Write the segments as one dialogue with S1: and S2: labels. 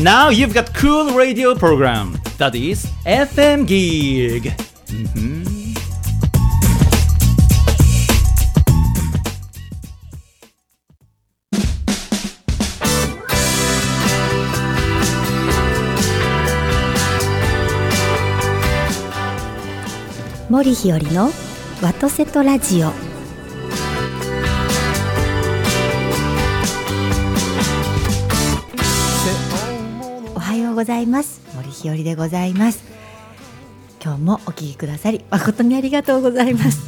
S1: Now you've got cool radio program that is FM Gig. Mhm.
S2: 森ひよりのワトセトラジオおはようございます森ひよりでございます今日もお聞きくださり誠にありがとうござい ます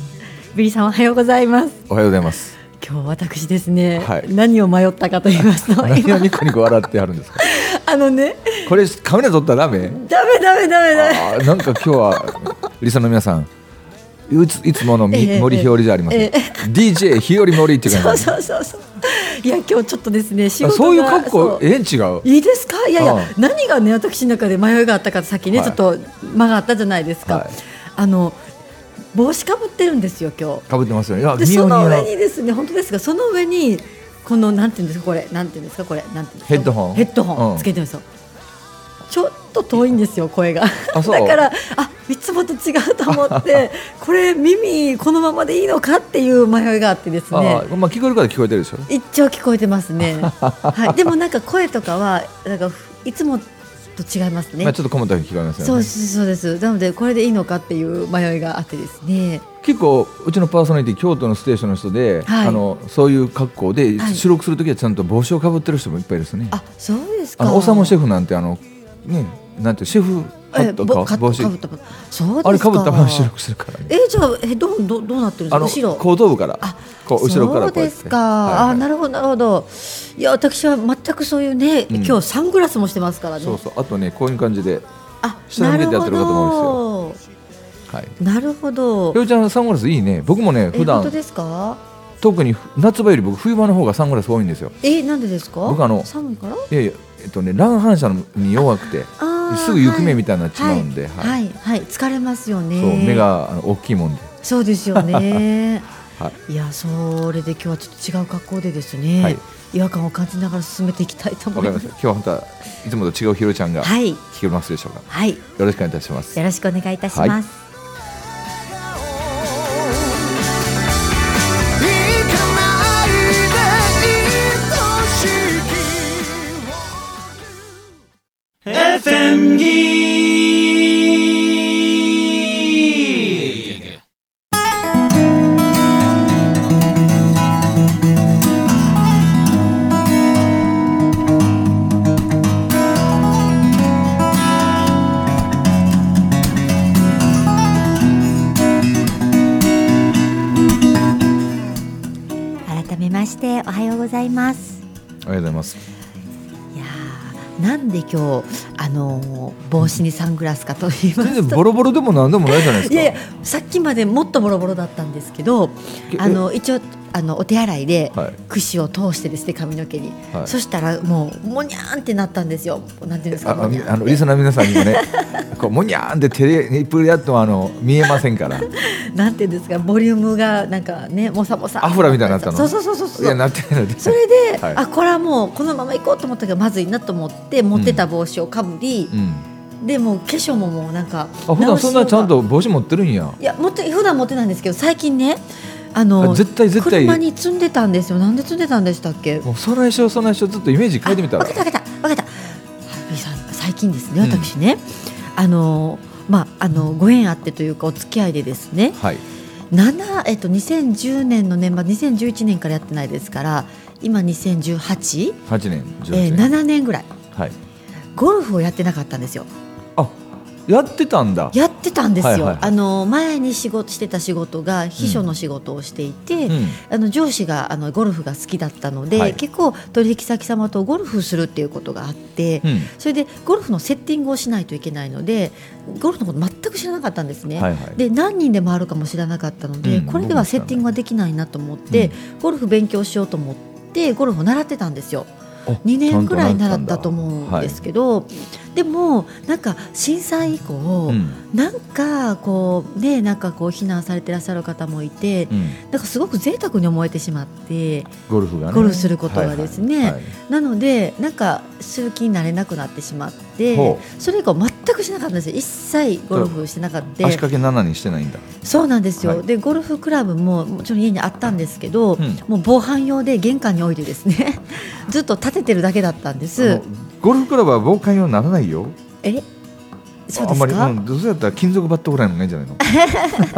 S2: ビリーさんおはようございます
S3: おはようございます。
S2: 今日私ですね、
S3: はい
S2: 何を迷ったかと言いますと
S3: 何を
S2: 今
S3: ニコニコ笑ってはるんですか。
S2: あのね
S3: これカメラ撮ったらダ メ。
S2: ダメダメダメダメ
S3: あーなんか今日はリサの皆さん。いついつものみ、
S2: ええ
S3: 森ひよりじゃありません、
S2: ええ
S3: DJ ひより森っていう
S2: そ
S3: 感
S2: う
S3: じ
S2: そうそうそういや今日ちょっとですね仕
S3: あ
S2: 事が
S3: そういう格
S2: そ
S3: 好
S2: う
S3: ええん違う
S2: いいですかいやいや、
S3: うん
S2: 何がね私の中で迷いがあったかさっきね、
S3: はい
S2: ちょっと間があったじゃないですか、
S3: はい
S2: あの帽子かぶってるんですよ今日
S3: かぶってますよねいや
S2: で
S3: 見よ
S2: そう
S3: 見
S2: の上
S3: よ
S2: にですね本当ですがその上にこのなんていうんですかこれなんていうんですかこれなんていうんですか
S3: ヘッドホン
S2: ヘッドホ
S3: う
S2: ン
S3: ん
S2: つけてるんですよ、ちょっと遠いんですよ声がだ
S3: あそう
S2: からあいつもと違うと思って これ耳このままでいいのかっていう迷いがあってですね
S3: あー、まあ、聞こえるから聞こえてるでしょ
S2: 一応聞こえてますね。 はい、でもなんか声とかは、なんかふいつもと違いますね。
S3: まあ、ちょっとコメント聞こえます
S2: そ
S3: よ
S2: う
S3: ね
S2: です、そうです。なので、これでいいのかっていう迷いがあってですね。
S3: 結構うちのパーソナリティ京都のステーションの人で、
S2: はい
S3: あのそういう格好で
S2: はい
S3: 収録するときはちゃんと帽子をかぶってる人もいっぱいいるんですよね、
S2: あ、そうです
S3: あ
S2: か。
S3: のオサムシェ
S2: フ。
S3: フなんてあのねなんてシェフハ
S2: え、
S3: ット
S2: ぼ、
S3: か
S2: か、
S3: 帽
S2: 帽
S3: 子
S2: 子。かぶった。そうですか。
S3: あれかぶったまま収録するからね
S2: え、じゃあ、え、どう、どう、どうなってるんですか。
S3: あの
S2: 後ろ。
S3: 後頭部から
S2: あ
S3: こう後ろからこ
S2: そうう
S3: や
S2: で
S3: って
S2: すか、
S3: はいはい
S2: あなるほどなるほどいや私は全くそういうね、
S3: うん
S2: 今日サングラスもしてますからね
S3: そうそうあとねこういう感じで
S2: あ
S3: 下に向けてやってる方も
S2: 多いですよ
S3: はい
S2: なるほど
S3: ひょうちゃんサングラスいいね僕も
S2: え
S3: ね普
S2: 本当
S3: 段
S2: ですか
S3: 特に夏場より僕冬場の方がサングラス多いんですよ
S2: えなんでですか
S3: 僕あの
S2: 寒いから
S3: いやいやえっとね乱反射に弱くて
S2: あー
S3: すぐ行方みたいになっちまうんで
S2: はい、
S3: は
S2: はいはい疲れますよね
S3: そう目があの大きいもんで
S2: そうですよね
S3: はい
S2: やそれで今日はちょっと違う格好でですね、
S3: はい
S2: 違和感を感じながら進めていきたいと
S3: わ
S2: 思
S3: か
S2: い
S3: り
S2: ま
S3: ますす今日は本当はいつもと違うひろちゃんが
S2: はい
S3: 聞けますでしょうか
S2: はい
S3: よろしくお願いいたします
S2: よろしくお願いいたします、
S1: FM Geek!
S2: 改めましておはようございます
S3: おはようございます
S2: いやーなんで今日あのー帽子にサングラスかと言いま
S3: 全然
S2: すと
S3: ボロボロでもなんでもないじゃないです
S2: い
S3: か
S2: やいやさっきまでもっとボロボロだったんですけど
S3: え
S2: あの一応あのお手洗いで
S3: はい
S2: 櫛を通してですね髪の毛に、
S3: はい
S2: そしたらもうもにゃーんってなったんですよなんていうんですか
S3: あ
S2: もにゃ
S3: あ
S2: ー
S3: あ
S2: んっ
S3: の
S2: て
S3: リスナーの皆さんに もね、こうもにゃーんってテレニップルやってもあの見えませんから、い
S2: なんていうんですかボリュームがなんかねもさもさ
S3: アフラみたいになったの
S2: そうそうそうそうそう
S3: やなってないので、
S2: それで、
S3: はい
S2: あこれはもうこのまま行こうと思ったけどまずいなと思って持ってた帽子をかぶり
S3: う、ん、
S2: でもう化粧ももうなんか
S3: あ普段そんなちゃ
S2: 直
S3: ん
S2: しよう
S3: と帽子持ってるんや
S2: が。いや持って普段持ってないんですけど最近ねあの
S3: あ絶対絶対
S2: 車に積んでたんですよなんで積んでたんでしたっけ
S3: もうそないしょうそないしょうちょっとイメージ変えてみたら。
S2: 分かった分かった分かったハッピーさん最近ですね
S3: うん
S2: 私ね、あのまああのご縁あってというかお付き合いでですね
S3: はい。
S2: 7えっと2010年の年末2011年からやってないですから今2018、
S3: 八年、
S2: え
S3: 十
S2: ー、
S3: 年、
S2: 7年ぐらい
S3: はい。
S2: ゴルフをやってなかったんですよ
S3: あ、やってたんだ。
S2: やってたんですよ、
S3: はいはいはい
S2: あの前に仕事してた仕事が秘書の仕事をしていて、
S3: うん。
S2: あの上司があのゴルフが好きだったので、
S3: はい
S2: 結構取引先様とゴルフするっていうことがあって、
S3: うん。
S2: それでゴルフのセッティングをしないといけないのでゴルフのこと全く知らなかったんですね。
S3: はいはい。
S2: で何人で回るかも知らなかったので、
S3: うん
S2: これではセッティングができないなと思って、ゴルフ勉強しようと思ってゴルフを習ってたんですよ。
S3: あ
S2: 2年ぐらい習ったと
S3: ちゃん
S2: 思うん
S3: だ
S2: ですけど、でもなんか震災以降、
S3: うん
S2: なんかこうねなんかこう避難されてらっしゃる方もいて、
S3: うん
S2: なんかすごく贅沢に思えてしまって
S3: ゴルフがね
S2: ゴルフすることがですね
S3: はいはい
S2: なのでなんか周期になれなくなってしまって
S3: ほ
S2: それ以降全くしなかったんですよ一切ゴルフしてなかっ
S3: はい足
S2: た
S3: 掛け7にしてないんだ
S2: そうなんですよ、
S3: はい
S2: でゴルフクラブももちろん家にあったんですけど、
S3: うん
S2: もう防犯用で玄関に置いてですね ずっと立ててるだけだったんで
S3: あ
S2: す
S3: のゴルフクラブは防寒用にならないよ
S2: えそう
S3: あ
S2: で
S3: んますり、
S2: か、
S3: うん、どうせやったら金属バットぐらいの方がいいんじゃないの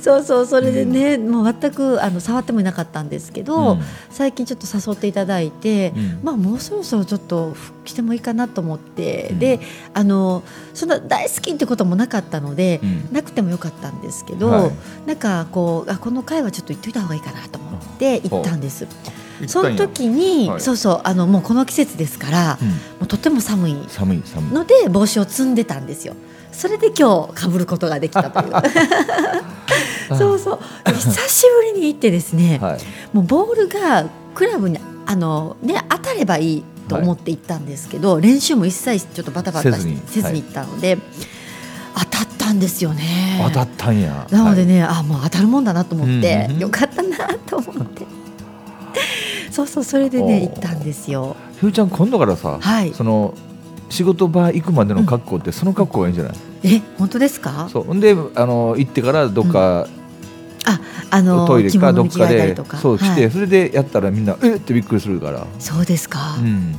S2: そうそうそれでね、もう全くあの触ってもいなかったんですけど、
S3: うん
S2: 最近ちょっと誘っていただいて、
S3: うん
S2: まあもうそろそろちょっと復帰してもいいかなと思って、
S3: うん
S2: であのそんな大好きってこともなかったので
S3: う、ん
S2: なくてもよかったんですけど、
S3: はい
S2: なんかこうあこの回はちょっと行っといた方がいいかなと思って行ったんです。
S3: 行った
S2: そ
S3: んや
S2: の時に、
S3: はい
S2: そうそうあのもうこの季節ですから、
S3: う
S2: も
S3: ん
S2: うとても寒い
S3: 寒い寒い
S2: ので帽子を積んでたんですよ。それで今日被ることができたと いう。そうそう久しぶりに行ってですね。
S3: はい
S2: もうボールがクラブにあの、ね、当たればいいと思って行ったんですけど、練習も一切ちょっとバタバタして
S3: せずに
S2: せずに行ったので、当たったんですよね。
S3: 当たったんや
S2: なのでね、あもう当たるもんだなと思って、
S3: うんうん
S2: よかったなと思 って。そうそうそれでね
S3: おー
S2: 行ったんですよ。
S3: はいひゅーちゃん今度からさ、
S2: はい
S3: その仕事場行くまでの格好って、その格好がいいんじゃない
S2: え本当ですか？
S3: そうほんであの行ってからどっか、
S2: あの
S3: トイレ
S2: 着
S3: か
S2: 物
S3: どっ
S2: に着替
S3: か
S2: えたり
S3: で
S2: とか、
S3: そう来
S2: は
S3: て、
S2: い
S3: それでやったらみんなえっってびっくりするから、
S2: そうですか、
S3: うん、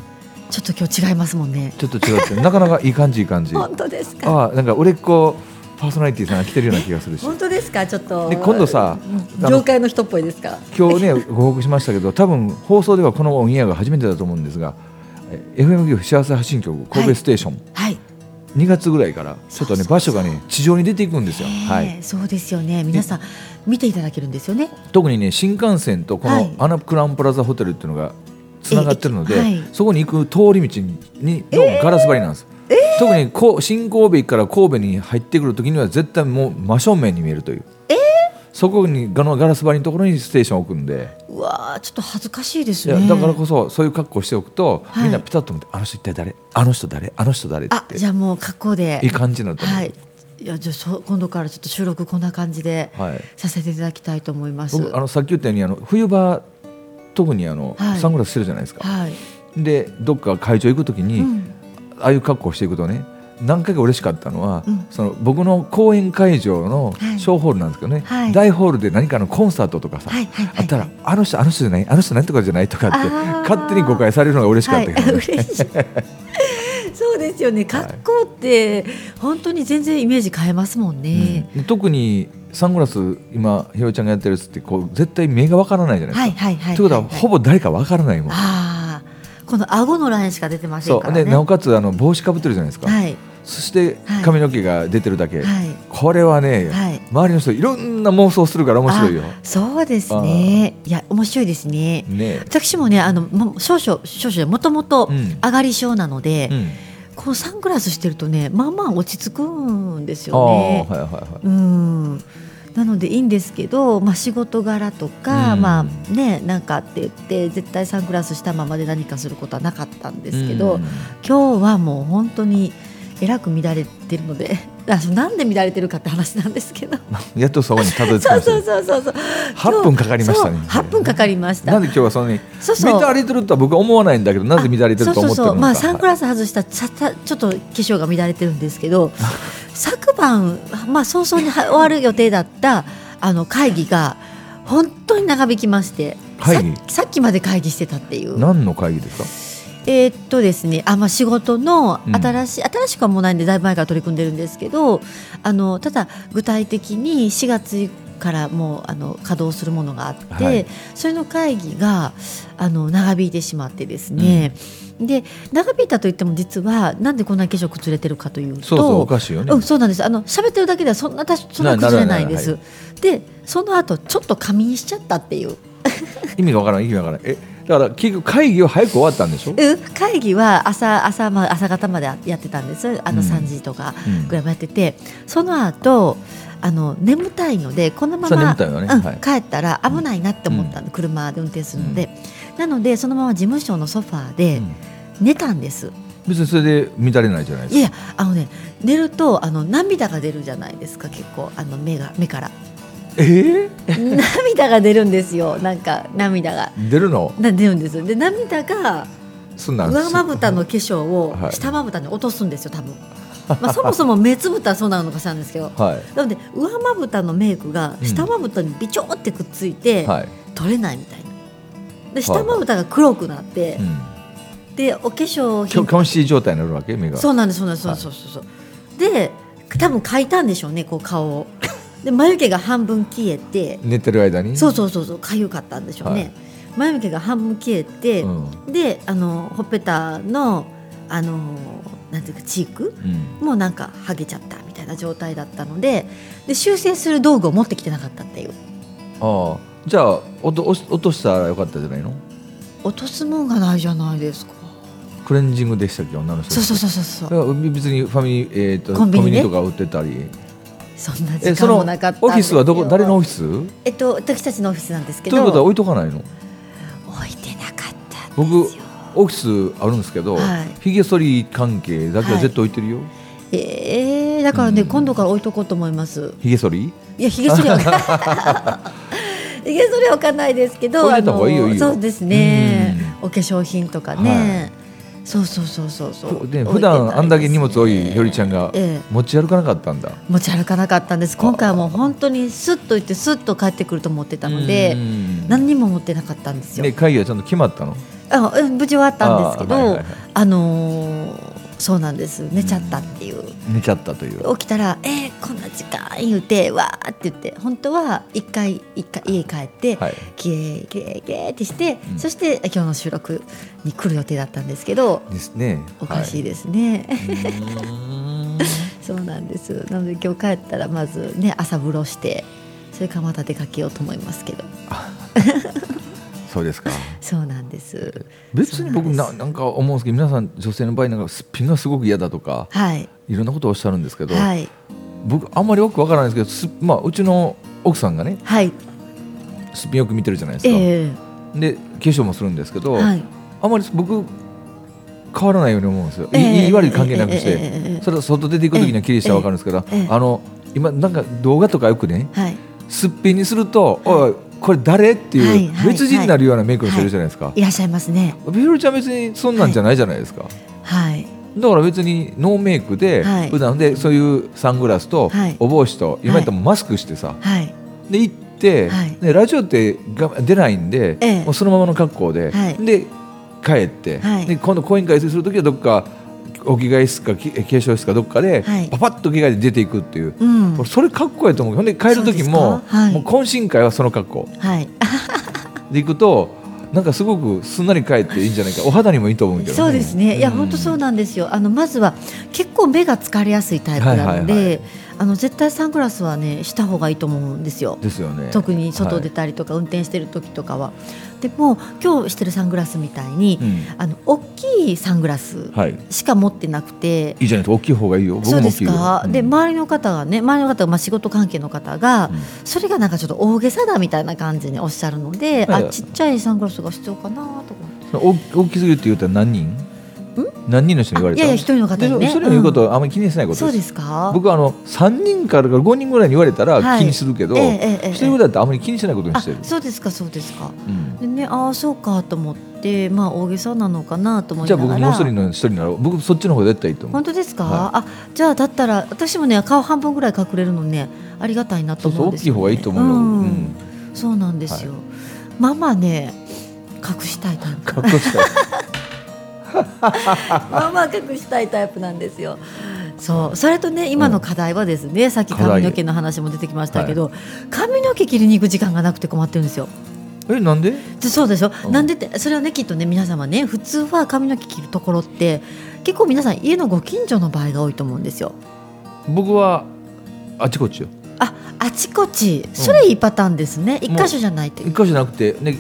S2: ちょっと今日違いますもんね。
S3: ちょっと違ってなかなかいい感じいい感じあ
S2: 本当ですか？
S3: あなんか俺っ子パーソナリティさんが来てるような気がするし
S2: 本当ですか？ちょっと
S3: で今度さあの
S2: 業界の人っぽいですか？
S3: 今日ねご報告しましたけど多分放送ではこのオンエアが初めてだと思うんですがえ FM 岐阜幸せ発信局神戸ステーション、
S2: はい。
S3: 2月ぐらいからちょっ
S2: そ
S3: とね
S2: うそう
S3: 場
S2: そ
S3: 所
S2: う
S3: がね地上に出ていくんですよ、
S2: ねえ
S3: はい、
S2: そうですよね皆さん見ていただけるんですよね
S3: 特にね新幹線とこ
S2: は
S3: の
S2: い
S3: アナクラウンプラザホテルっていうのがつながってるので、
S2: え駅はい
S3: そこに行く通り道にのガラス張りなんです、特にこう新神戸駅から神戸に入ってくる時には絶対もう真正面に見えるという、そこにがのガラス張りのところにステーションを置くんで、
S2: うわーちょっと恥ずかしいです
S3: いや
S2: ね
S3: だからこそそういう格好しておくと、
S2: はい
S3: みんなピタッと見てあの人一体誰あの人誰あの人誰って
S2: あじゃあもう格好で
S3: いい感じになると思う
S2: はいいやじゃあそう今度からちょっと収録こんな感じで
S3: はい
S2: させていただきたいと思います、
S3: 僕あのさっき言ったようにあの冬場特にあの、
S2: はい
S3: サングラスしてるじゃないですか、
S2: はい、
S3: でどっか会場行く時に、
S2: うん
S3: ああいう格好をしていくとね何回か嬉しかったのは、
S2: うん
S3: その僕の公演会場の
S2: はい
S3: 小ホールなんですけどね、
S2: はい
S3: 大ホールで何かのコンサートとかさ、
S2: はいはいはい
S3: あったらあの人あの人じゃないあの人なんとかじゃないとかって
S2: あー
S3: 勝手に誤解されるのが嬉しかったけど、ね
S2: はい、 嬉しいそうですよね格好って本当に全然イメージ変えますもんね、
S3: うん特にサングラス今ひろちゃんがやってるやつってこう絶対目がわからないじゃないですか。
S2: はいはいはい
S3: ということはほ
S2: ぼ
S3: ぼ誰かわからないもん。
S2: ああこの顎のラインしか出てません
S3: そ
S2: か
S3: う
S2: らね
S3: でなおかつあの帽子かぶってるじゃないですか、
S2: はい
S3: そして
S2: はい
S3: 髪の毛が出てるだけ、
S2: はい
S3: これはね、
S2: はい
S3: 周りの人いろんな妄想するから面白いよ。
S2: あそうですね。いや面白いですね。
S3: ね
S2: 私もねあのも少々少々もともと
S3: うん
S2: 上がり症なので、
S3: うん、
S2: こうサングラスしてるとねまあまあ落ち着くんです
S3: ああ
S2: よね。
S3: はいはいは
S2: うん。なのでいいんですけど、まあ、仕事柄とか、
S3: うん
S2: まあねなんかって言って絶対サングラスしたままで何かすることはなかったん
S3: い。
S2: ですけど、
S3: うん
S2: 今日はもう本当にえらく乱れてるので あそうなんで乱れてるかって話なんですけど
S3: やっとそこにたどり着き
S2: そ
S3: ま
S2: う
S3: した
S2: そう
S3: ね。
S2: そうそうそう。
S3: 8分かかりましたね
S2: そう8分かかりました。
S3: なんで今日はそのね、
S2: そうそう
S3: 乱れてるとは僕は思わないんだけど、なぜ乱れてると思ってるのか。
S2: あそうそうそうまあサング
S3: ラ
S2: ラス外したちゃたちょっと化粧が乱れてるんですけ ど、昨晩まあ早々には終わる予定だったあの会議が本当に長引きまして、
S3: 会
S2: さ
S3: 議
S2: さっきまで会議してたっていう。
S3: 何の会議ですか。
S2: えーっとですね、あまあ、仕事の
S3: うん
S2: 新しい、新しくはもうないんでだいぶ前から取り組んでるんですけどあのただ具体的に4月からもうあの稼働するものがあって、
S3: はい
S2: それの会議があの長引いてしまってですね、で長引いたといっても実はなんでこんなに化粧崩れてるかというと
S3: そうそうおかしいよね。
S2: うん、そうなんです。あの喋ってるだけではそんなたそんな
S3: な
S2: 崩れないんで
S3: な
S2: す。で、その後ちょっと仮眠しちゃったっていう。
S3: 意味がわからない意味がわからない。え、だから結局会議は早く終わったんでしょ。
S2: うん会議は朝朝,、ま、朝方までやってたんですあの
S3: うん
S2: 3時とか
S3: うん
S2: ぐらいもやってて、その後あの眠たいのでこのま
S3: そう
S2: ま、
S3: 眠たいわね
S2: うん
S3: はい
S2: 帰ったら危ないなって思ったの、車で運転するので、なのでそのまま事務所のソファー
S3: う
S2: で
S3: ん
S2: 寝たんです、
S3: 別にそれで乱れないじゃないです
S2: いやあのね寝るとあの涙が出るじゃないですか結構あの目が目 から
S3: かえ
S2: 涙が出るんですよなんか涙が
S3: ー、出るの
S2: な出るんですよで涙が
S3: そんなん
S2: 上まぶたの化粧を
S3: はい
S2: 下まぶたに落とすんですよ多分、まあ、そもそも目つぶったらそうなのかしらんですけど
S3: は
S2: なので上まぶたのメイクが
S3: うん
S2: 下まぶたにビチョーってくっつい
S3: い
S2: て
S3: はい、
S2: 取れないみたいなで
S3: はい
S2: 下まぶたが黒くなって
S3: うん、
S2: でお化粧を
S3: きょ虚視状態になるわけ目が
S2: そうなんですそうなんですそうなんですそうそうそうで多分描いたんでしょうねこう顔をで眉毛が半分消えて
S3: 寝てる間に
S2: そうそうそうそうかゆかったんでしょうね、
S3: はい
S2: 眉毛が半分消えて、
S3: うんうん
S2: であのほっぺたのあのなんていうかチークもなんかハゲちゃったみたいな状態だったのでで修正する道具を持ってきてなかったっていう
S3: ああじゃあおとおし落としたらよかったじゃないの
S2: 落とすもんがないじゃないですか
S3: クレンジングでしたっけ女の人
S2: そうそうそうそうそう
S3: う別にファミリー、えー、と
S2: コンビニで
S3: とか売ってたり
S2: そんな時
S3: えそ
S2: 間
S3: の
S2: も
S3: オフ
S2: なかったん
S3: ィスはどこ
S2: ですよ
S3: 誰のオフィス
S2: えっと私たちのオフィスなんですけ
S3: と
S2: ど
S3: いうことは置いとかないの
S2: 置いてなかったんで
S3: 僕
S2: すよ
S3: オフィスあるんですけど、
S2: はい
S3: ひげ剃り関係だけは絶対置いてるよ、
S2: えー、だからね、
S3: うん
S2: 今度から置いとこうと思います
S3: ひげ剃り
S2: いや、ひげ剃りは置か。 ひげ剃りは置かないですけど、
S3: 置いといた方がいいよいいよ
S2: そうですね。お化粧品とかね。そうそうそうそうそう。
S3: で普段あんだけ荷物多いひよりちゃんが
S2: ええ
S3: 持ち歩かなかったんだ、
S2: 持ち歩かなかったんです。今回はもう本当にスッと行って、スッと帰ってくると思ってたので
S3: う。ん
S2: 何にも持ってなかったんですよ
S3: ね、。会議はちゃんと決まったの
S2: あ、うん無事はあったんですけ
S3: あーはい
S2: ど
S3: はいはい、
S2: あのー。そうなんです寝ちゃったっていう、
S3: 寝ちゃったという
S2: 起きたら「えー、こんな時間」言うて「わー」って言って本当は一回一回家帰って、
S3: はい
S2: きれいきれいきれいってして、
S3: うん
S2: そして今日の収録に来る予定だったんですけど
S3: ですね
S2: おかしい
S3: で
S2: ですね、
S3: す、は
S2: そうなんですなので今日帰ったらまずね朝風呂してそれからまた出かけようと思いますけど
S3: い、そうですか
S2: そうなんです
S3: 別に僕
S2: そう
S3: な
S2: なんです
S3: なんか思うんですけど皆さん女性の場合なんかすっぴんがすごく嫌だとか
S2: はい
S3: いろんなことをおっしゃるんですけど、
S2: はい
S3: 僕あんまりよくわからないんですけどす、まあ、うちの奥さんがね
S2: はい
S3: すっぴんよく見てるじゃないですか、
S2: ええ
S3: で化粧もするんですけど、
S2: はい
S3: あんまり僕変わらないように思うんですよ、い
S2: ええ
S3: いい悪い関係なくして、
S2: ええええええ
S3: それは外出ていく時には綺麗したらわかるんですけど、
S2: ええええ
S3: あの今なんか動画とかよくね
S2: はい
S3: すっぴんにすると、おいこれ誰っていう、
S2: はいはい
S3: 別人になるようなメイクの人いるじゃないですか、
S2: いらっしゃいますね
S3: ビフルちゃん別にそんなんじゃないじゃないですか、
S2: はい
S3: だから別にノーメイクで、
S2: はい
S3: 普段でそういうサングラスと
S2: はい
S3: お帽子と、今やったらもうマスクしてさ、
S2: はい
S3: で行って、
S2: はい
S3: でラジオってが出ないんで、
S2: ええ
S3: もうそのままの格好で、
S2: はい
S3: で帰って、
S2: はい
S3: で今度講演会する時はどっかお着替え室かき化粧室かどっかで、
S2: はい
S3: パパッと着替えて出ていくっていう、
S2: うん
S3: これそれかっこいいと思うほんで帰る時も
S2: そうですかはい
S3: もう懇親会はその格好
S2: はい
S3: で行くとなんかすごくすんなり帰っていいんじゃないかお肌にもいいと思うけど、
S2: そうですね、いや、本当そう
S3: な
S2: なんですよ、あのまずは結構目が疲れやすいタイプなので、
S3: はいはいは
S2: あの絶対サングラスはね、した方がいいと思うんですよ、
S3: ですよね
S2: 特に外出たりとか、運転してる時とかは。でも、今日してるサングラスみたいに、
S3: はい、うん
S2: あの大きいサングラス
S3: はい、
S2: しか持ってなくて、
S3: いいじゃないと大きい方がいいよ僕
S2: そ
S3: も
S2: うで
S3: 大き
S2: す
S3: いよ
S2: か、
S3: うん
S2: で周りの方がね、周りの方が、まあ、仕事関係の方が、
S3: うん
S2: それがなんかちょっと大げさだみたいな感じにおっしゃるので、
S3: はい
S2: あちっちゃいサングラスが必要かなと思って。
S3: 大大きすぎるって言うたら何人何人の人に言われ
S2: い
S3: た
S2: やいや一人の方に
S3: で
S2: ね
S3: それの言うことはあまり気にしないこと
S2: そう
S3: で
S2: です
S3: す
S2: か
S3: 僕はあの3人から5人ぐらいに言われたら
S2: はい
S3: 気にするけど、
S2: ええええええ
S3: 一人ぐらいだったらあまり気にしないことに
S2: あ
S3: してる、
S2: そうですかそうですか
S3: うん
S2: でねああそうかと思ってまあ大げさなのかなと思い
S3: じゃ
S2: な
S3: あ
S2: がら
S3: 僕もう一人の一人なら僕そっちの方が絶対いいと思う
S2: 本当ですか、
S3: は
S2: あじゃあだったら私もね顔半分ぐらい隠れるのねありがたいなと
S3: そうそ
S2: 思う
S3: うん大
S2: で
S3: き
S2: す
S3: い
S2: よ、ね、
S3: 方がいいと思うよ、
S2: ん
S3: うん、
S2: そうなんですよ、まあまあね隠したいタ イプ
S3: かっこつ け
S2: まあまあ隠したいタイプなんですよ。そうそれとね今の課題はですね、さっき
S3: 課題
S2: 髪の毛の話も出てきましたけど、髪の毛切りに行く時間がなくて困ってるんですよ。
S3: えなんで
S2: でそうでしょ、
S3: うん
S2: なんでってそれはねきっとね皆様ね普通は髪の毛切るところって結構皆さん家のご近所の場合が多いと思うんですよ。
S3: 僕はあちこちよ
S2: ああちこちそれいいパターンですね、一箇所じゃないってい
S3: 一
S2: う。
S3: 箇所じゃなくて、ね、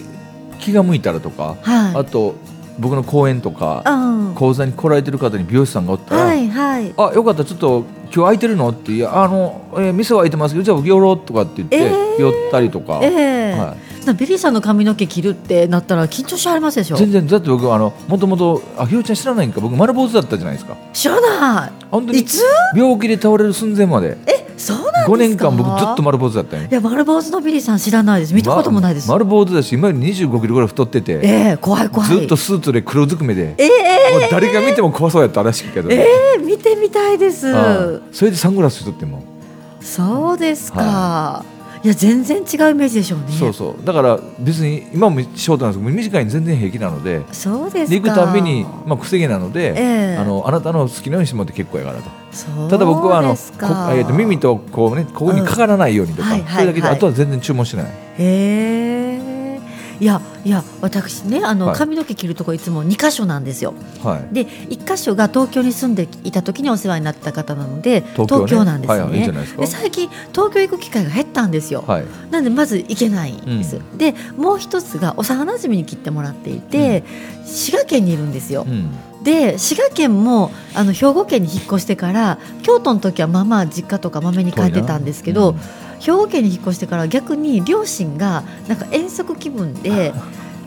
S3: 気が向いたらとか、あ
S2: はい
S3: と僕の講演と
S2: あ
S3: か
S2: うん
S3: 講座に来られてる方に美容師さんがおったら、
S2: はいはい
S3: あよかったちょっと今日空いてるのっていやあの、えー店は空いてますけどじゃあ僕寄ろうとかって言って、
S2: えー
S3: 寄ったりとか、
S2: ええ
S3: は
S2: なベリーさんの髪の毛切るってなったら緊張しはりますでしょ
S3: 全然だって僕あのもともとあひろちゃん知らないんか僕丸坊主だったじゃないですか
S2: 知らな
S3: 本当
S2: い
S3: に
S2: いつ
S3: 病気で倒れる寸前まで
S2: えそうなんですか
S3: 5年間僕ずっと丸坊主だったよ
S2: いや丸坊主のビリーさん知らないです見たこともないです、
S3: ま丸坊主だし今より25キロぐらい太ってて
S2: ええ怖い怖い
S3: ずっとスーツで黒ずくめで、
S2: ええ
S3: もう誰が見ても怖そうやったらしいけど、
S2: ええ見てみたいです
S3: ああそれでサングラスしとっても、
S2: そうですか、、
S3: はい
S2: や全然違うイメージでしょうね
S3: そうそうだから別に今もショートなんですけど短いに全然平気なので
S2: そうですか
S3: で行くたびに、まあ、くせ毛なので、
S2: ええ
S3: あのあなたの好きなようにしてもらって結構やからと
S2: そう
S3: ただ僕はあの
S2: で
S3: こ
S2: す
S3: え
S2: か
S3: ーと耳とこう、ね、ここにかからないようにとか、
S2: うんはいはい
S3: それだけで
S2: はい
S3: あとは全然注文しない、
S2: へえいやいや私ねあの
S3: はい
S2: 髪の毛切るとこいつも2箇所なんですよ
S3: はい、
S2: で1箇所が東京に住んでいた時にお世話になった方なので
S3: 東京ね
S2: なんですね、
S3: はいはいいいじゃないですか
S2: 最近東京行く機会が減ったんですよ、
S3: はい
S2: なんでまず行けないんです、
S3: う
S2: でもう一つが幼なじみに切ってもらっていて、滋賀県にいるんですよ
S3: う、ん
S2: で滋賀県もあの兵庫県に引っ越してから京都の時はまあまあ実家とかまめに帰ってたんですけど、
S3: 遠いな
S2: 兵庫県に引っ越してから逆に両親がなんか遠足気分で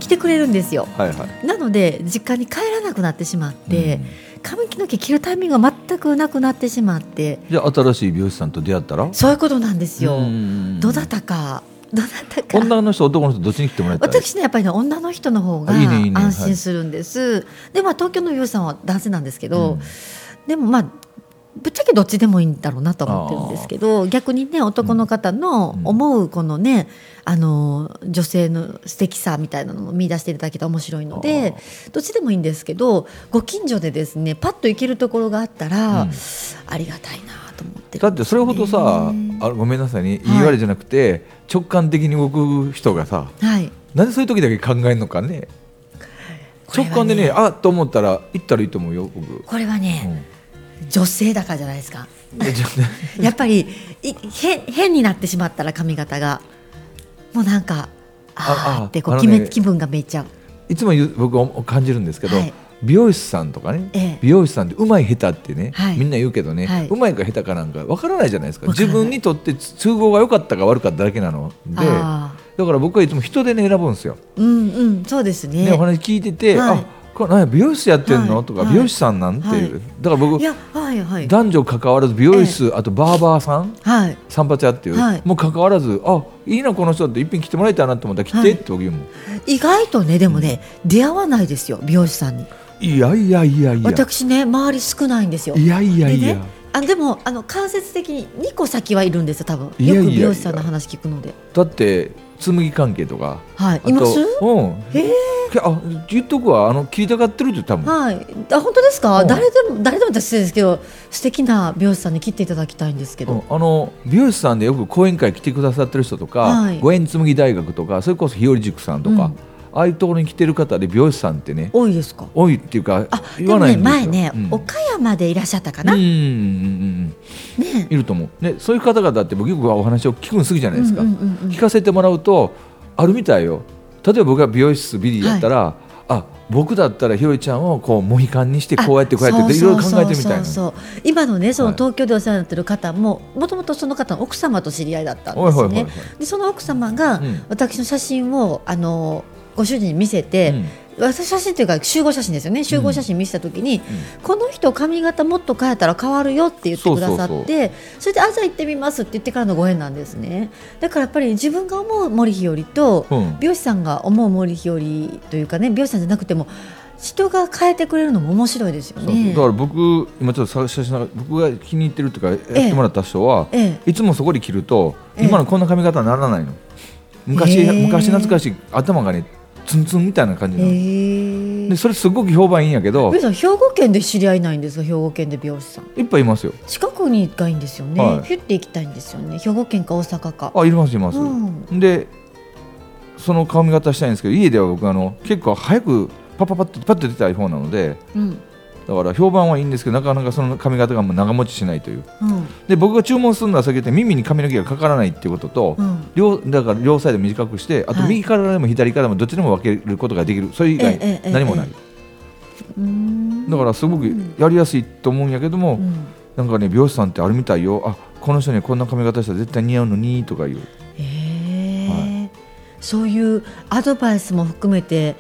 S2: 来てくれるんですよ
S3: うんはいはい
S2: なので実家に帰らなくなってしまって、
S3: うん
S2: 髪の毛切るタイミングが全くなくなってしまって
S3: じゃあ新しい美容師さんと出会ったら
S2: そういうことなんですよ、
S3: うん
S2: どなたかどなたか
S3: 女の人男の人どっちに来てもらったらいい
S2: 私ねやっぱりね女の人の方が
S3: あいいねいいね
S2: 安心するんですでまあ東京の美容師さんは男性なんですけど、
S3: うん
S2: でもまあぶっちゃけどっちでもいいんだろうなと思ってるんですけど逆にね男の方の
S3: うん
S2: 思うこのね、あの女性の素敵さみたいなのも見出していただけたら面白いのでどっちでもいいんですけどご近所でですねパッと行けるところがあったら、
S3: うん
S2: ありがたいなと思って
S3: だ
S2: る
S3: ってそれほどさ、あごめんなさいね言い悪いじゃなくて、直感的に動く人がさ
S2: はい
S3: なんでそういう時だけ考えるのかね
S2: これは
S3: 直感でねあと思ったら行ったらいいと思うよ僕、
S2: これは
S3: う
S2: ね、
S3: ん
S2: 女性だからじゃないですか
S3: えじゃあね
S2: やっぱりい変変になってしまったら髪型がもうなんかあ
S3: あ
S2: あってこう
S3: あの
S2: 決
S3: ね
S2: め、気分がめいちゃう
S3: いつも言う僕お感じるんですけど、
S2: はい
S3: 美容師さんとかね、
S2: ええ
S3: 美容師さんってうまい下手ってね、
S2: はい
S3: みんな言うけどね、
S2: はいう
S3: まいか下手かなんかわからないじゃないですか
S2: わから
S3: 自
S2: ない
S3: 分にとって通合が良かったか悪かっただけなので
S2: ああ
S3: だから僕はいつも人でね選ぶんですよ。
S2: うんうんそうですね
S3: ね、お話聞いてて、
S2: はい
S3: あこれ何や美容室やってんの、
S2: はい
S3: とか
S2: はい
S3: 美容師さんなんていう、
S2: はい
S3: だから僕
S2: いやはいはい
S3: 男女関わらず美容室、あとバーバーさん
S2: はい
S3: 散髪屋っていう、
S2: はい
S3: もう関わらずあいいなこの人って一品来てもらいたいなと思ったら来
S2: はい
S3: てって僕言うもん、
S2: 意外とねでもね、出会わないですよ美容師さんに
S3: い、やいやいやいや
S2: 私ね周り少ないんですよ
S3: いやいやい
S2: で
S3: や、
S2: ねあでもあの間接的に2個先はいるんですよ多分
S3: いやい
S2: よ
S3: やい
S2: く
S3: や
S2: 美容師さんの話聞くので
S3: だって紬関係とか
S2: はい
S3: あと
S2: います
S3: うん
S2: へえ
S3: けあ言っとくわあの聞いたがってるって多分、
S2: はい、あ本当ですか、
S3: うん
S2: 誰でも誰でも私ですけど素敵な美容師さんに切っていただきたいんですけ
S3: う
S2: ど、
S3: んあの美容師さんでよく講演会来てくださってる人とか、
S2: はい
S3: ご縁紬大学とかそれこそ日和塾さんと
S2: う
S3: か
S2: ん、
S3: ああいうところに来てる方で美容師さんってね
S2: 多いですか
S3: 多いっていうか
S2: あで
S3: 言わ
S2: も
S3: ない
S2: ね
S3: んですよ
S2: 前ね、
S3: うん
S2: 岡山でいらっしゃったかな、
S3: うん
S2: ね
S3: うんうんうんいると思うねそういう方々って僕よくお話を聞くの好きじゃないですか、
S2: うんうんうんうん
S3: 聞かせてもらうとあるみたいよ例えば僕が美容室ビリーやったら、あ僕だったらひろりちゃんをこうモヒカンにしてこうやってこうやってでいろいろ考えてみたいな
S2: そうそうそうそう今のねその
S3: はい
S2: 東京でお世話になってる方ももともとその方の奥様と知り合いだったん
S3: お
S2: で
S3: い
S2: す
S3: お
S2: よ
S3: いおいおい
S2: ねでその奥様が
S3: うん
S2: 私の写真をあのご主人に見せて、
S3: うん
S2: 私写真というか集合写真ですよね集合写真見せた時に、この人髪型もっと変えたら変わるよって言ってくださってそ
S3: そうそう
S2: れで「あじゃあ行ってみます」って言ってからのご縁なんですねだからやっぱり自分が思う森日和と、
S3: うん
S2: 美容師さんが思う森日和というかね美容師さんじゃなくても人が変えてくれるのも面白いですよ
S3: そうそう
S2: ね
S3: だから僕今ちょっと探しながら僕が気に入ってるというか
S2: ええ
S3: やってもらった人は、
S2: え
S3: いつもそこで切ると、
S2: ええ
S3: 今のこんな髪型にならないの昔、
S2: へえ
S3: 昔懐かしい頭がねツンツンみたいな感じ
S2: え
S3: なの、
S2: へえ
S3: でそれすごく評判いいんやけど
S2: 美容師さん兵庫県で知り合いないんですか兵庫県で美容師さん
S3: いっぱいいますよ
S2: 近くにがいいんですよね、
S3: はい
S2: ヒュッて行きたいんですよね兵庫県か大阪か
S3: あいますいます、
S2: う
S3: でその髪型したいんですけど家では僕あの結構早くパッパッパッとパッと出たい方なので
S2: うん
S3: だから評判はいいんですけどなかなかその髪型がもう長持ちしないという
S2: うん
S3: で僕が注文するのは先言って耳に髪の毛がかからないっていうことと、
S2: うん
S3: 両だから両サイド短くしてあと
S2: はい
S3: 右からでも左からでもどっちでも分けることができるそれ以
S2: ええええ
S3: 外何もない、
S2: えうーん
S3: だからすごくやりやすいと思うんやけども、
S2: うん
S3: なんかね美容師さんってあるみたいよあこの人にはこんな髪型したら絶対似合うのにとかいう
S2: ええそういうアドバイスも含めて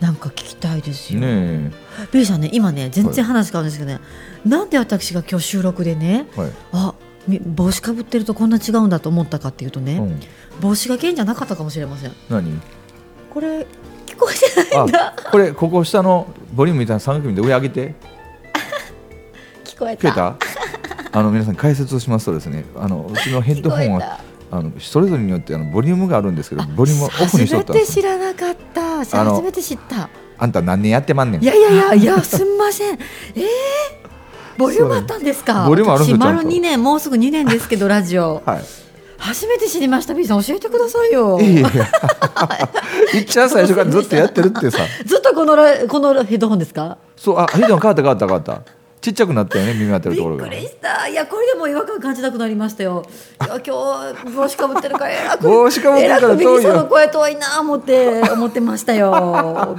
S2: なんか聞きたいですよ。
S3: ね
S2: B さんね今ね全然話変わるんですけどね、なんで私が今日収録でね
S3: え、はい
S2: あみ帽子かぶってるとこんな違うんだと思ったかっていうとね、
S3: うん、
S2: 帽子が原じゃなかったかもしれません
S3: 何
S2: これ聞こえてないんだ
S3: あこれここ下のボリュームみたいな三角形で上上げて
S2: 聞こえ
S3: 増
S2: た
S3: えた あの皆さん解説をしますとですねあのうちのヘッドホン
S2: 聞こ
S3: はあのそれぞれによってあのボリュームがあるんですけどボリュームをオフ
S2: 初
S3: にしとっ
S2: め
S3: たんで
S2: て
S3: す
S2: 知
S3: よ
S2: らなかった
S3: あの
S2: 初めて知った
S3: あんた何年やってまんねん
S2: いやいや いやいやすみませんええボリュームあったんですか
S3: ボリュームあるんですよ
S2: 私
S3: ちゃんと
S2: 丸2年もうすぐ2年ですけどラジオ
S3: はい
S2: 初めて知りました B さん教えてくださいよ
S3: いやい やいや 一番最初からずっとやってるってさ
S2: ずっとこのラこのヘッドホンですか
S3: そうあヘッドホン変わった変わった変わったちっちゃくなったよね耳当てる
S2: び
S3: ところ
S2: っ
S3: が
S2: くりしたいやこれでもう違和感感じなくなりましたよいや今日帽子かぶってる から偉く
S3: 帽子かぶってるから
S2: 偉くビリ
S3: 遠い
S2: さ
S3: よ
S2: んの声遠いな思って思ってましたよ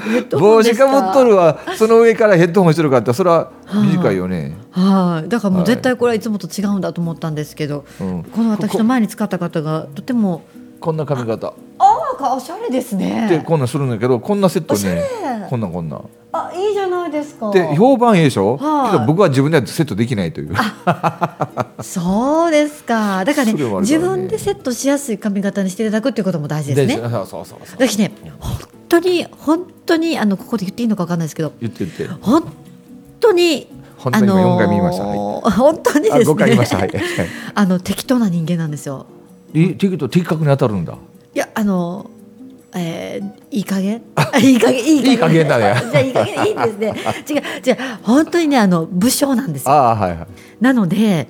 S2: ヘッドホ
S3: 帽
S2: ンで
S3: 子
S2: した
S3: かぶっとるわその上からヘッドホンしてるかってそれは短いよね、
S2: はいだからもう絶対これはいつもと違うんだと思ったんですけど、
S3: うん
S2: この私の前に使った方がとても
S3: こんな髪型
S2: ああおしゃれです
S3: で
S2: ね
S3: こんなんするんだけどこんなセット
S2: おしゃれ
S3: ねこんなんこんなん
S2: あいいじゃないですか
S3: で評判いいでしょ、
S2: はい
S3: けど僕は自分ではセットできないという
S2: そうですかだからね
S3: それはあるか
S2: 自
S3: らね
S2: 分でセットしやすい髪型にしていただくっていうことも大事です
S3: で
S2: ね
S3: そうそうそうそう
S2: 私ね本当に本当にあのここで言っていいのか分かんないですけど
S3: 言って言って
S2: 本当に
S3: 本当に今四回見ました
S2: あ
S3: はい
S2: のー本当にですね
S3: あ五回言いましたはい
S2: あの適当な人間なんですよ
S3: え適当的確に当たるんだ
S2: いやあのーえーいい加減あ いい加減いい
S3: いい加減だね
S2: じゃあいい加減いいですね違う違う本当にねあの武将なんですよ
S3: ああーはいはい
S2: なので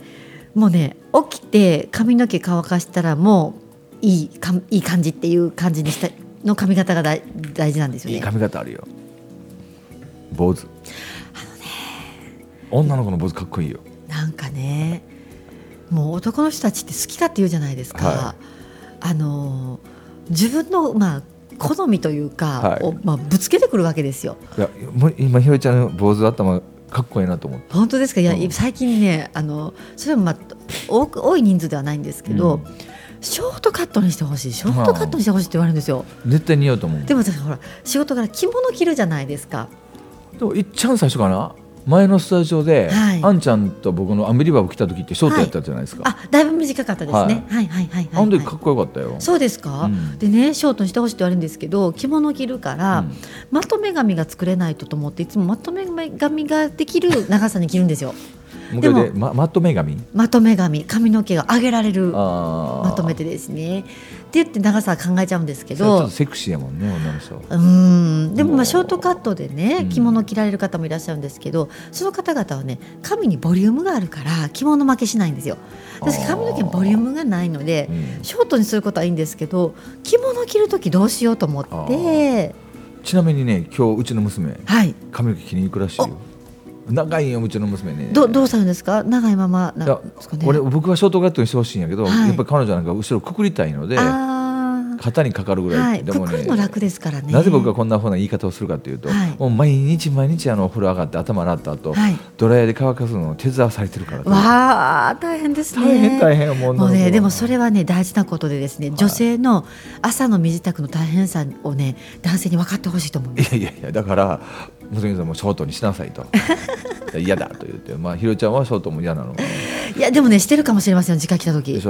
S2: もうね起きて髪の毛乾かしたらもういいかいい感じっていう感じにしたの髪型が大大事なんですよ
S3: いい
S2: ね
S3: 髪型あるよ坊主女の子の坊主かっこいいよ
S2: なんかねもう男の人たちって好きかって言うじゃないですか、
S3: は
S2: あの自分のまあ好みというか、
S3: はい
S2: をまあ、ぶつけてくるわけですよ
S3: いやもう今ひろりちゃんの坊主頭かっこいいなと思って
S2: 本当ですかいや、
S3: うん
S2: 最近ねあのそれも、まあ、多く多い人数ではないんですけど、
S3: うん
S2: ショートカットにしてほしいショートカットにしてほしいって言われるんですよ、
S3: 絶対似合うと思う
S2: でも私ほら仕事から着物着るじゃないですか
S3: でもいっちゃん最初かな前のスタジオで、
S2: はい
S3: あんちゃんと僕の「アンビリバブ」来た時ってショートやったじゃないですか、
S2: あだいぶ短かったですね、はい、はいはいはい
S3: あの
S2: はい
S3: 時かっこよかったよ、
S2: そうですか、
S3: うん
S2: でねショートにしてほしいって言われるんですけど着物着るから、
S3: うん
S2: まとめ髪が作れないとと思っていつもまとめ髪ができる長さに着るんですよ
S3: もう一回
S2: で
S3: でまマット女神
S2: まとめ髪髪の毛が上げられるま
S3: ま
S2: とめてですねって言って長さは考えちゃうんですけ
S3: ちょっ
S2: ど
S3: とセクシーやもんね女の人は
S2: うーんでもま
S3: も
S2: あ
S3: う
S2: ショートカットで
S3: う
S2: ね
S3: ん
S2: 着物着られる方もいらっしゃるんですけど、その方々はね髪にボリュームがあるから着物負けしないんですよ私
S3: あー
S2: 髪の毛にボリュームがないので
S3: うん
S2: ショートにすることはいいんですけど着物着る時どうしようと思
S3: あ
S2: って
S3: ちなみにね今日うちの娘
S2: はい
S3: 髪の毛気に行くらしいよ長いようちの娘ね
S2: どどうされるんですか長いままなん
S3: いや
S2: ですかね
S3: 俺僕はショートカットにしてほしいんやけど、
S2: はい
S3: やっぱり彼女なんか後ろくくりたいので
S2: あ
S3: 肩にかかるぐ
S2: ー
S3: らい、
S2: はい
S3: で
S2: く
S3: も
S2: く
S3: ね
S2: るの楽ですからね
S3: なぜ僕がこんなふうな言い方をするかというと、
S2: はい
S3: もう毎日毎日あのお風呂上がって頭洗った後、
S2: はい
S3: ドライヤーで乾かすのを手伝わされてるからね
S2: わあ大変ですね
S3: 大変大変もう女の子
S2: も
S3: は
S2: うねでもそれはね大事なことでですね女性の朝の身支度の大変さをね男性に分かってほしいと思いま
S3: い
S2: す
S3: やいやいやだから娘さんもショートにしなさ いといや嫌だと言ってまあひろちゃんはショートも嫌なの
S2: いやでもねしてるかもしれませんよ時間来た時
S3: でし
S2: ち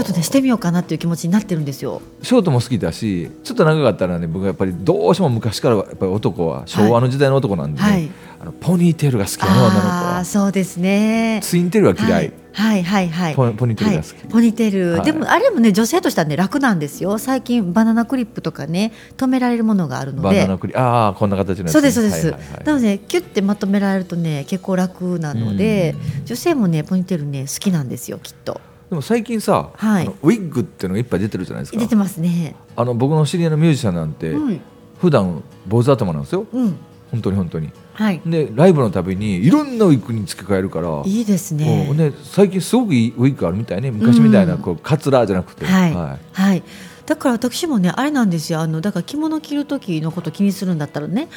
S2: ょ
S3: ょ
S2: っとねしてみようかなっていう気持ちになってるんですよ
S3: ショートも好きだしちょっと長かったらね僕はやっぱりどうしても昔からやっぱり男は昭和の時代の男なんでね、
S2: はい
S3: あのポニーテールが好きなの女の子
S2: ああ
S3: は
S2: ーそうですね
S3: ツインテールは嫌い、
S2: はいはいはいはい
S3: ポポニーテールが好き
S2: はいポニーテール、
S3: はい
S2: でもあれもね女性としてはね楽なんですよ最近バナナクリップとかね止められるものがあるの
S3: バ
S2: で
S3: ナナクリああこんな形のやつね
S2: そうですそうです、
S3: はいはいはい
S2: なのでキュッてまとめられるとね結構楽なので女性もねポニーテールね好きなんですよきっと
S3: でも最近さ、
S2: はい
S3: あのウィッグっていうのがいっぱい出てるじゃないですか
S2: 出てますね
S3: あの僕の知り合いのミュージシャンなんて、
S2: うん
S3: 普段坊主頭なんですよ
S2: うん
S3: 本当に本当に
S2: はい
S3: でライブのたびにいろんなウィッグに付け替えるから
S2: いいです
S3: もう
S2: ね
S3: ね最近すごくいいウィッグあるみたいね昔みたいな
S2: うん
S3: こうカツラじゃなくて、
S2: はい、は
S3: はい
S2: だから私もねあれなんですよあのだから着物着る時のこと気にするんだったらね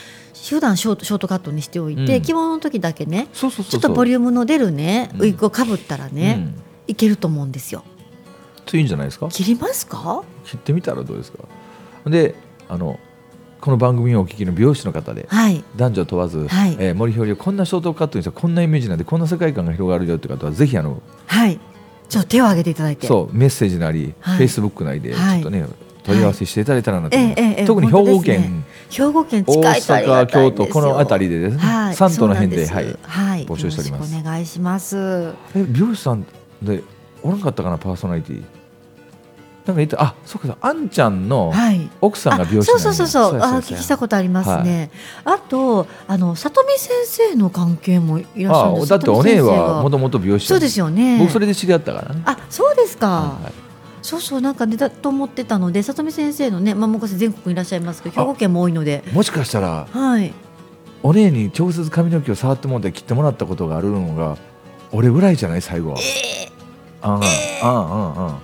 S2: 普段ショートショートカットにしておいて、
S3: うん
S2: 着物の時だけね
S3: いそうそうそう
S2: ちょっとボリュームの出るね、
S3: うん
S2: ウィッグをかぶったらね、
S3: うん
S2: いけると思うんですよ。
S3: そういいんじゃないですか
S2: 切りますか？
S3: 切ってみたらどうですかであのこの番組をお聞きの美容師の方で
S2: はい
S3: 男女問わず、
S2: はい
S3: えー森ひよりはこんなショートカットにしたこんなイメージなんでこんな世界観が広がるよって方はぜひあの
S2: はいちょっと手を挙げていただいて
S3: そうメッセージなり、
S2: はい
S3: フェイスブックなりでちょ
S2: はい
S3: っとね、問い合わせしていただいたらなと
S2: え
S3: 思い
S2: え
S3: ます、
S2: ええええ
S3: 特に兵
S2: 本
S3: 庫
S2: 当です
S3: 県
S2: ね、兵庫県
S3: 大
S2: 近いとありが
S3: 阪
S2: たいんで
S3: 京
S2: すよ
S3: 都この辺りでですね、
S2: はい
S3: 三都の辺で
S2: そう
S3: は
S2: ないんすはい
S3: 募集しておりま
S2: よ
S3: す
S2: ろしくお願いします
S3: え美容師さんでおらんかったかなパーソナリティなんかいたあそうかあんちゃんの
S2: はい
S3: 奥さんが美容師
S2: あ
S3: なんや
S2: そうそうそうそう
S3: や
S2: あ
S3: や
S2: 聞きしたことありますね、あとあの里見先生の関係もいらっしゃるん
S3: あ
S2: です
S3: だってお姉は
S2: 里見先生が
S3: もともと美容師
S2: そうですよね
S3: 僕それで知り合ったからね
S2: あそうですか、
S3: はいはい
S2: そうそうなんかねだと思ってたので里見先生のねまあ昔全国にいらっしゃいますけど兵庫県も多いので
S3: もしかしたら
S2: はい
S3: お姉に直接髪の毛を触ってもらって切ってもらったことがあるのが俺ぐらいじゃない最後はあんあんあんあん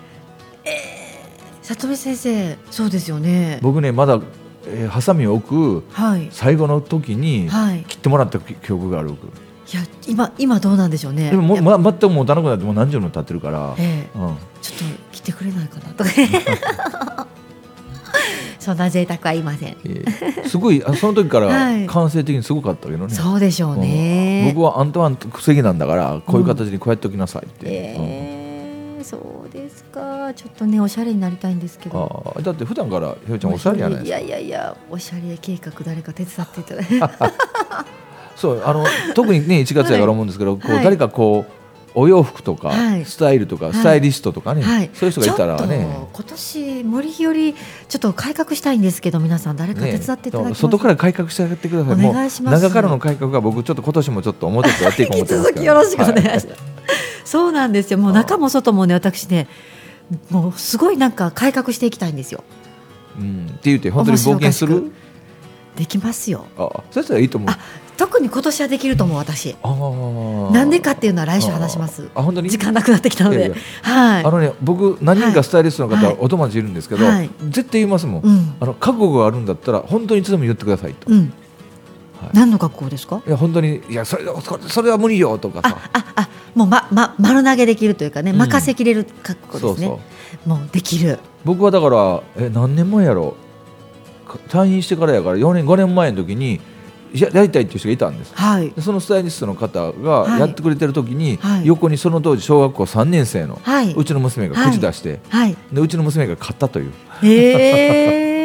S2: 里見先生そうですよね
S3: 僕ねまだえーハサミを置く
S2: はい
S3: 最後の時に
S2: はいい
S3: 切ってもらった記記憶がある僕
S2: や今今どうなんでしょうね
S3: でももう、
S2: やっ
S3: ま、全くもうたなくなってもう何十年も経ってるから
S2: ぱ、ええ
S3: うん、
S2: ちょっと来てくれないかなとか そんな贅沢はいません
S3: えーすごいあその時か ら
S2: はい
S3: 感性的にすごかったけどね、
S2: そうでしょうね、
S3: うん僕はあんたは癖毛なんだからこういう形にこうやっておきなさいって、うん
S2: ええそうですかちょっとねおしゃれになりたいんですけど
S3: あーだって普段からひよちゃんおしゃれじゃないですか
S2: やいやいやおしゃれ計画誰か手伝っていただいて
S3: そうあの特にね1月やから思うんですけど、こう
S2: はい
S3: 誰かこうお洋服とか、
S2: はい
S3: スタイルとか、
S2: い
S3: スタイリストとかね、
S2: はい
S3: そういう人がいたら
S2: ち
S3: ね
S2: ょっと今年森日和ちょっと改革したいんですけど皆さん誰か手伝っていただけま
S3: ね
S2: すか、
S3: 外から改革してやってください
S2: お願いします
S3: もう中からの改革が僕ちょっと今年もちょっと表とやっていこうと
S2: 引き
S3: 思
S2: 続
S3: ってますから
S2: きよろしくお願いします、
S3: は
S2: そうなんですよもう中も外もね私ねもうすごいなんか改革していきたいんですよ
S3: うん、って言って本当に冒険す
S2: 面白お
S3: る
S2: かできますよ
S3: あそうしたらいいと思う
S2: あ特に今年はできると思う私
S3: あー
S2: なんでかっていうのは来週話します
S3: あ本当に
S2: 時間なくなってきたので
S3: いやいや
S2: はい
S3: あのね僕何人かスタイリストの
S2: は
S3: 方
S2: い
S3: お友達いるんですけど、
S2: はい
S3: 絶対言いますもん、
S2: うん
S3: あの覚悟があるんだったら本当にいつでも言ってくださいと、
S2: うん、
S3: はい
S2: 何の学校ですか
S3: いや本当にいやそれそれそれは無理よとかさ
S2: あああもう、まま、丸投げできるというかね
S3: うん
S2: 任せきれる覚
S3: そ
S2: 悟
S3: う
S2: ですね、
S3: そう
S2: もうできる
S3: 僕はだからえ何年前やろか退院してからやから4年5年前の時にいややりたいっていう人がいたんです
S2: はい
S3: でそのスタイリストの方
S2: は
S3: が
S2: い
S3: やってくれてる時に、
S2: はい
S3: 横にその当時小学校3年生の
S2: はいう
S3: ちの娘が口出して、
S2: は
S3: でうちの娘が買ったという
S2: い へえ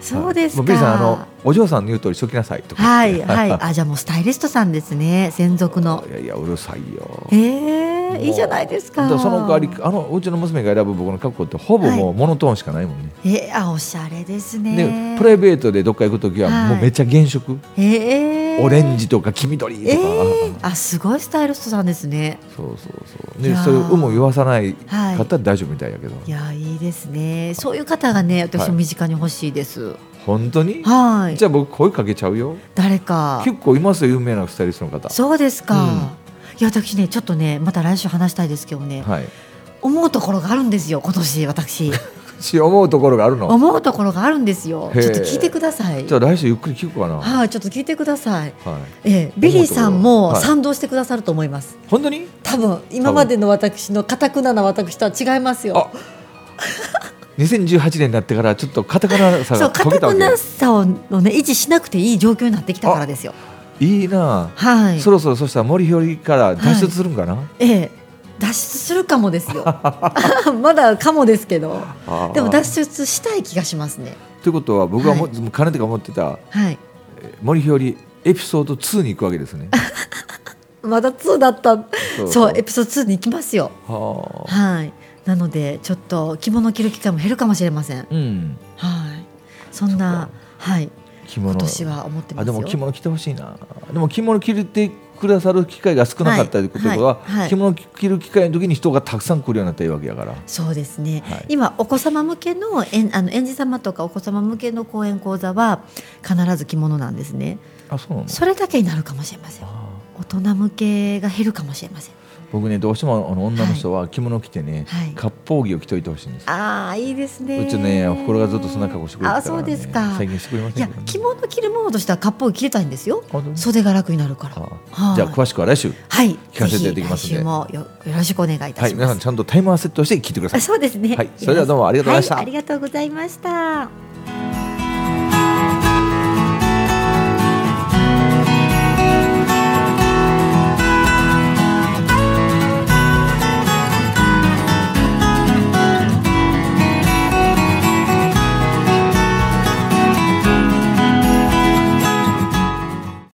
S2: そうですか、
S3: はいもうビリーさんあのお嬢さんの言う通りしときなさいとか
S2: は
S3: 言っ
S2: い
S3: て
S2: はいあじゃあもうスタイリストさんですね専属の
S3: いやいやうるさいよ
S2: へえいいじゃないですか
S3: だらその代わりあのうちの娘が選ぶ僕の格好ってほぼもうモノトーンしかないもんね、
S2: えあおしゃれですね
S3: でプライベートでどっか行く時は
S2: はい
S3: もうめっちゃ原色、
S2: へえ
S3: オレンジとか黄緑とか、
S2: ええあすごいスタイリストさんですね
S3: そうそうそう
S2: い
S3: で
S2: やー
S3: それを有無を言わさない
S2: はい
S3: 方は大丈夫みたいやけど、
S2: いやいいですねそういう方がね私も身近に欲しいです
S3: 本当に、
S2: はい
S3: じゃあ僕声かけちゃうよ
S2: 誰か
S3: 結構いますよ有名なスタイリストの方
S2: そうですか、
S3: うん
S2: いや私ねちょっとねまた来週話したいですけどね、
S3: はい
S2: 思うところがあるんですよ今年 私
S3: し思うところがあるの
S2: 思うところがあるんですよ
S3: へえ
S2: ちょっと聞いてください
S3: じゃあ来週ゆっくり聞くかな、
S2: はいちょっと聞いてください
S3: はい、
S2: ええ、ビリーさん
S3: 思うところ
S2: も
S3: はい
S2: 賛同してくださると思います、
S3: 本当に
S2: 多分今までの私のかたくなな私とは違いますよ
S3: あ2018年になってからちょっとカタカナさ
S2: そ
S3: が
S2: うか
S3: 溶け
S2: た
S3: たわ
S2: く
S3: け
S2: なさをのね維持しなくていい状況になってきたからですよ
S3: いいなあ、
S2: はい
S3: そろそろそしたら森ひよりから脱出するんかな、
S2: ええ脱出するかもですよまだかもですけど
S3: あー
S2: でも脱出したい気がしますね
S3: ということは僕はも、
S2: は
S3: かねてから思ってた
S2: はい
S3: え森ひよりエピソード2に行くわけですね
S2: まだ2だったそう
S3: そう
S2: エピソード2に行きますよ
S3: はあ
S2: はいなのでちょっと着物を着る機会も減るかもしれません
S3: うん
S2: はいそんなはい
S3: 着物
S2: 今年は思ってま
S3: あ
S2: すよ
S3: でも着物着てほしいなでも着物着てくださる機会が少なかったということは、
S2: はいはい
S3: 着物着る機会の時に人がたくさん来るようになったらいいわけやから
S2: そうですね、
S3: はい
S2: 今お子様向けのえんあの園児様とかお子様向けの講演講座は必ず着物なんですね
S3: あそうなの
S2: それだけになるかもしれません
S3: あ
S2: 大人向けが減るかもしれません
S3: ー僕ねどうしてもあの女の人は着物着てね、
S2: はい
S3: 割烹着を着といてほしいんです
S2: ああいいですね
S3: うちねお袋がずっとそんな格好してくれ
S2: あ
S3: てた
S2: あ
S3: から、
S2: そ
S3: ね、
S2: うですか
S3: 最近してくれませ
S2: い
S3: ん
S2: や
S3: けどね
S2: 着物着るものとしては割烹着れたいんですよ
S3: 本当に
S2: 袖が楽になるから
S3: あ
S2: はい
S3: じゃあ詳しくは来週
S2: はい
S3: 聞かせていた
S2: ぜひ
S3: だきま
S2: 来
S3: すんで
S2: 週もよよろしくお願いいたします、
S3: はい皆さんちゃんとタイマーセットして聞いてください
S2: あそうですね
S3: はいそれではどうもありがとうございました
S2: はありがとうございました